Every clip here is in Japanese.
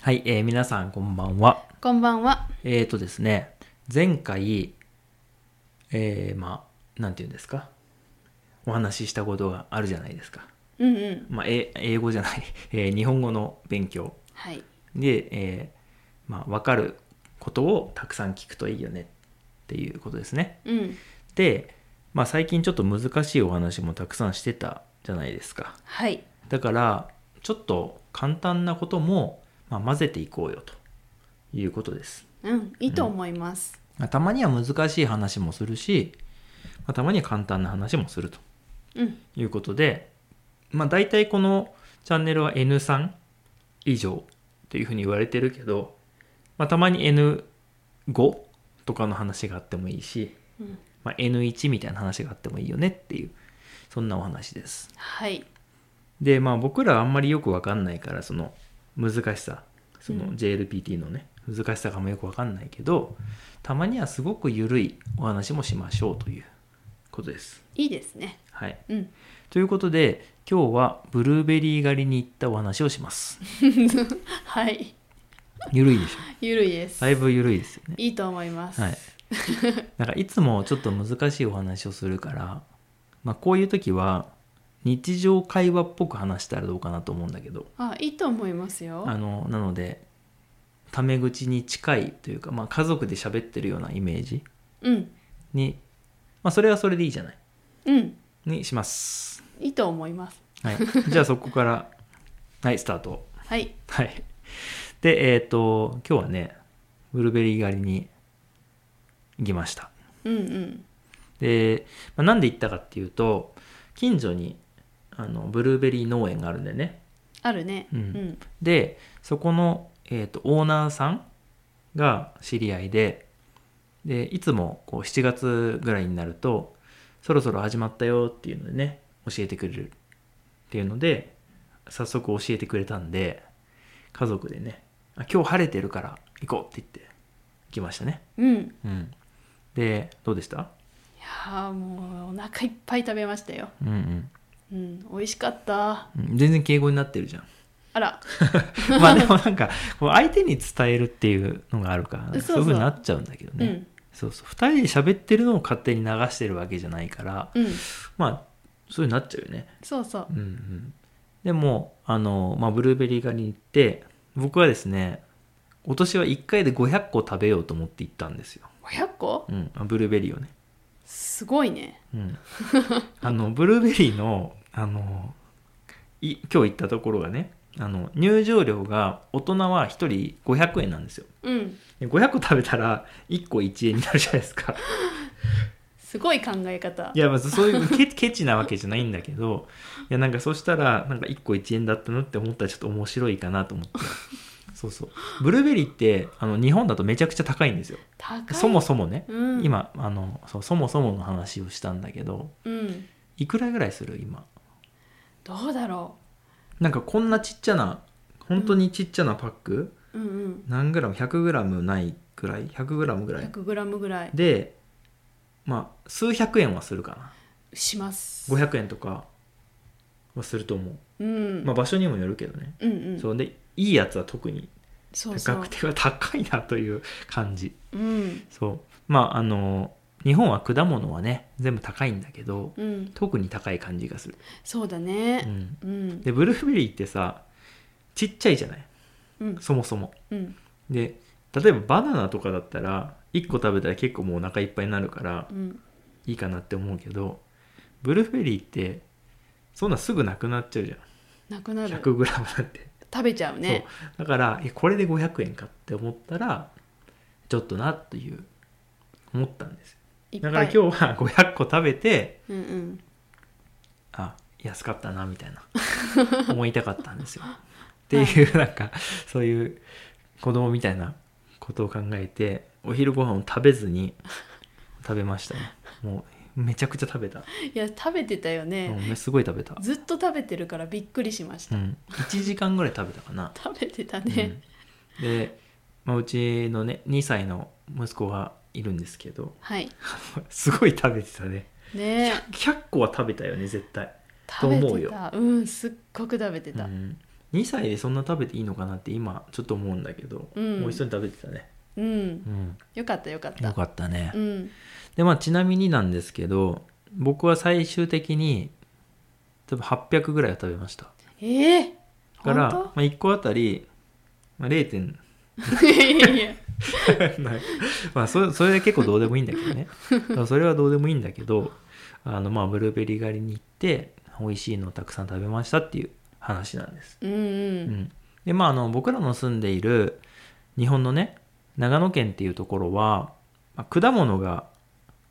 はい、えー皆さんこんばんは。こんばんは。えーとですね、前回、えー、まあ、なんて言うんですか、お話ししたことがあるじゃないですか。うんうん。まあ、え英語じゃない、 えー日本語の勉強はい。で、えーまあ、わかることをたくさん聞くといいよねっていうことですね。うん。で、まあ、最近ちょっと難しいお話もたくさんしてたじゃないですか。はい。だからちょっと簡単なことも、まあ、混ぜていこうよということです、うん。いいと思います。まあたまには難しい話もするし、まあたまには簡単な話もするとうん。いうことで、まあ、大体このチャンネルは N3 以上っていうふうに言われてるけど、まあ、たまに N5 とかの話があってもいいし、うんまあ、N1 みたいな話があってもいいよねっていうそんなお話ですはい。でまあ僕らあんまりよくわかんないからその難しさそのうん JLPT のね、難しさがもよくわかんないけどたまにはすごく緩いお話もしましょうということです。いいですね。はい、うん。ということで今日はブルーベリー狩りに行ったお話をします。 はい。緩いでしょゆるいです。だいぶ緩いですよね。いいと思います。 はい。なんかいつもちょっと難しいお話をするから、まあ、こういう時は日常会話っぽく話したらどうかなと思うんだけど。あ、いいと思いますよ。あのなのでタメ口に近いというか、まあ、家族で喋ってるようなイメージうん。に、まあ、それはそれでいいじゃないうん。にします、いいと思います。はい、じゃあそこからはいスタートはい。はいでえっ、と今日はねブルーベリー狩りに行きましたうんうん。で、まあ、なんで行ったかっていうと近所にあのブルーベリー農園があるんだよねあるね。ううんん。でそこの、えー、とオーナーさんが知り合いででいつもこう7月ぐらいになるとそろそろ始まったよっていうのでね教えてくれるっていうので早速教えてくれたんで家族でねあ今日晴れてるから行こうって言って来ましたね、うん。いうん、でどうでしたやーもうお腹いっぱい食べましたよ。うんうん。美味しかった。うんうん全然敬語になってるじゃんあら。 まあでもなんかこう相手に伝えるっていうのがあるからそうそそうういうふうになっちゃうんだけどね、そうそう2人で喋ってるのを勝手に流してるわけじゃないからうん。うん。まあそういうのになっちゃうよねそうそうう。んうんでもあの、まあ、ブルーベリー狩りに行って僕はですね今年は1回で500個食べようと思って行ったんですよ、 500個うん、あブルーベリーをね、すごいね。うんあのブルーベリーのあのい今日行ったところがねあの入場料が大人は1人500円なんですようん。で500個食べたら1個1円になるじゃないですかすごい考え方い。や、まあ、そういうケケチなわけじゃ ないんだけど、いや、なんかそしたら、なんか1個1円だったなって思ったらちょっと面白いかなと思って。そうそう。ブルーベリーって、あの、日本だとめちゃくちゃ高いんですよ。高い。そもそもね。うん、今、あのそう、そもそもの話をしたんだけど、うんいくらぐらいする今。どうだろなんかこんなちっちゃな、本当にちっちゃなパック、ううんうん何グラム ?100 グラムないくらい ?100 グラムぐらい。 100g ぐらいで、まあ、数百円はするかな。します500円とかはすると思う。うん、まあ、場所にもよるけどね、うんうんそうでいいやつは特にそうそう高くては高いなという感じうんそうまああの日本は果物はね全部高いんだけどうん特に高い感じが する、そうだうねん、うんでブルーベリーってさちっちゃいじゃないうんそもそもうんで例えばバナナとかだったら1個食べたら結構もうお腹いっぱいになるからうんいいかなって思うけどブルーベリーってそんなすぐなくなっちゃうじゃんなくなる 100g なんて食べちゃうねそうだからえこれで500円かって思ったらちょっとなっていう思ったんですよいっぱだいから今日は500個 食べてうんうんあ安かったなみ たいな思いたかったんですよっていうなんかそういう子供みたいなことを考えてお昼ご飯を食べずに食べましたねもうめちゃくちゃ食べた、いや食べてたよね、うん、すごい食べた、ずっと食べてるからびっくりしましうた、ん、1時間ぐらい食べたかな食べてたね、うんで、まあ、うちのね2歳の息子がいるんですけど はいすごい食べてたねね100個は食べたよね絶対と食べ思うてよたうんすっごく食べてた、うん2歳でそんな食べていいのかなって今ちょっと思うんだけど、うん美味しそうに食べてたね、うんうん、よかったよかったよかったね、うんでまあちなみになんですけど僕は最終的に多分800ぐらいは食べましたええだから、本まあ、1個あたり、まあ、0. 点当 いやいやいやないまあそれそれで結構どうでもいいんだけどねだからそれはどうでもいいんだけどあのまあブルーベリー狩りに行って美味しいのをたくさん食べましたっていう話なんです、うんううんん、でまああの僕らの住んでいる日本のね長野県っていうところは、まあ果物が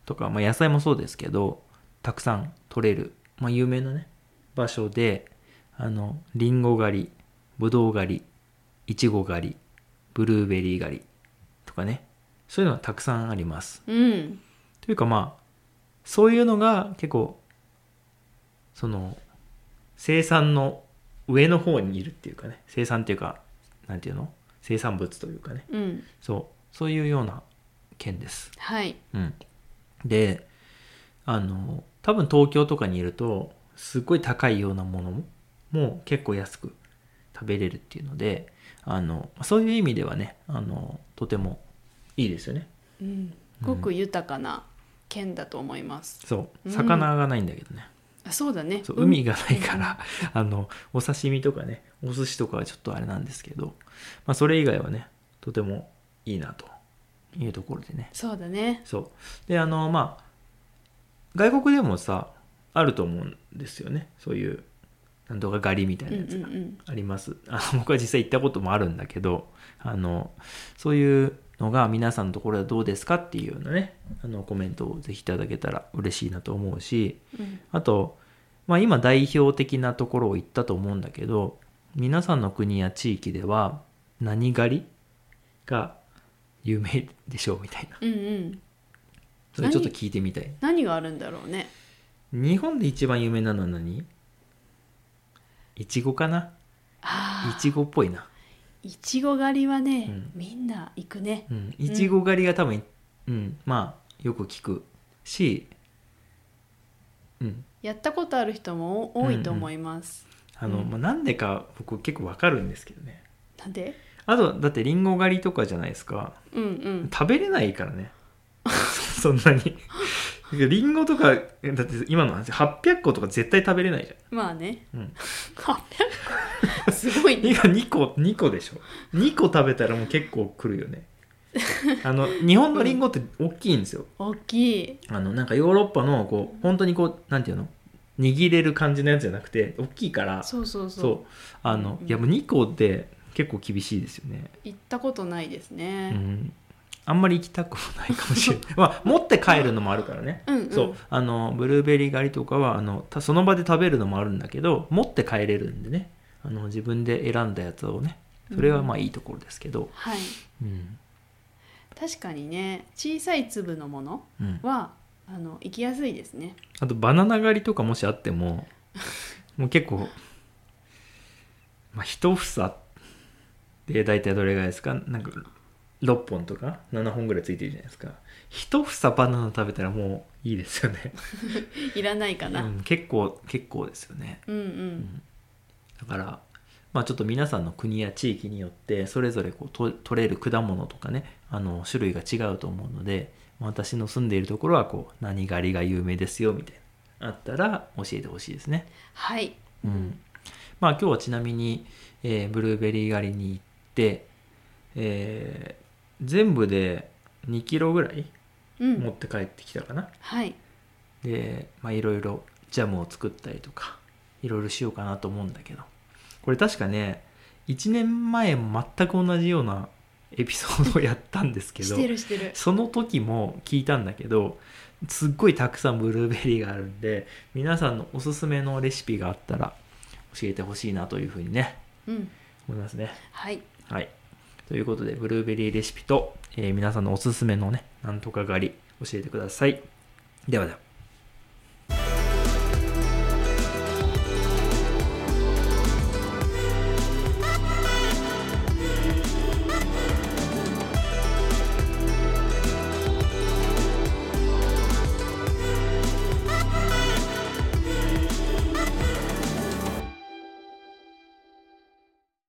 とか、まあ、野菜もそうですけどたくさん取れる、まあ、有名なね場所であのリンゴ狩りぶどう狩りいちご狩りブルーベリー狩りとかねそういうのはたくさんありますうんというかまあそういうのが結構その生産の上の方にいるっていうかね生産っていうかなんていうの生産物というかねうんそうそういうような県ですはいうん、であの多分東京とかにいるとすっごい高いようなものももう結構安く食べれるっていうのであのそういう意味ではねあのとてもいいですよねうんすごく豊かな県だと思いますそううん魚がないんだけどね、あそうだねそう海がないから、あのお刺身とかねお寿司とかはちょっとあれなんですけど、まあ、それ以外はねとてもいいなというところでねそうだねそうであのまあ外国でもさあると思うんですよねそういうなんとか狩りみたういんうなんやつがうんあります、 あの僕は実際行ったこともあるんだけどあのそういうのが皆さんのところではどうですかっていうようなねあのコメントをぜひいただけたら嬉しいなと思うしうんあと、まあ、今代表的なところを言ったと思うんだけど皆さんの国や地域では何狩りが有名でしょうみたいなうんうんそれちょっと聞いてみたい。何があるんだろうね日本で一番有名なのは何いちごかなあいあちごっぽいな。いちご狩りはね、うんみんな行くねうん。いちご狩りが多分、うん、まあ、よく聞くし、うん。やったことある人も多いと思います、あの、うんまあ、なんでか僕結構わかるんですけどね。なんであと、だってリンゴ狩りとかじゃないですか。うんうん食べれないからね。 そんなに。リンゴとか、だって今の話、800個とか絶対食べれないじまあねゃん。うん。 800個 すごい ね今2個2個でしょ2個食べたらもう結構くるよ ねあの日本のリンゴって大きいんですよ、大きいあのなんかヨーロッパのこう本当にこうなんていうの握れる感じのやつじゃなくて大きいからそうそうそうそうあの、うんいやもう2個って結構厳しいですよね、行ったことないですうね、ん、あんまり行きたくもないかもしれない まあ持って帰るのもあるからねうん、うんそうあのブルーベリー狩りとかはあのたその場で食べるのもあるんだけど持って帰れるんでねあの自分で選んだやつをねそれはまあいいところですけど、はいうん確かにね小さい粒のものうん、はあの行きやすいですねあとバナナ狩りとかもしあってももう結構、まあ、一房で大体どれぐらいですかなんか6本とか7本ぐらいついてるじゃないですか一房バナナ食べたらもういいですよね、いらないかうな、うん、ん、結構結構ですよねうんだから、まあ、ちょっと皆さんの国や地域によってそれぞれこうと取れる果物とかねあの種類が違うと思うので私の住んでいるところはこう何狩りが有名ですよみたいなあったら教えてほしいですね。はい、うんまあ、今日はちなみに、えーブルーベリー狩りに行って、えー全部で2キロぐらいうん持って帰ってきたかな。はいでまあいろいろジャムを作ったりとかいろいろしようかなと思うんだけどこれ確かね1年前も全く同じようなエピソードをやったんですけどしてるしてるその時も聞いたんだけどすっごいたくさんブルーベリーがあるんで皆さんのおすすめのレシピがあったら教えてほしいなというふうにねうん思いますね。はいはい。ということで、ブルーベリーレシピと、えー皆さんのおすすめのね、なんとか狩り、教えてください。ではでは。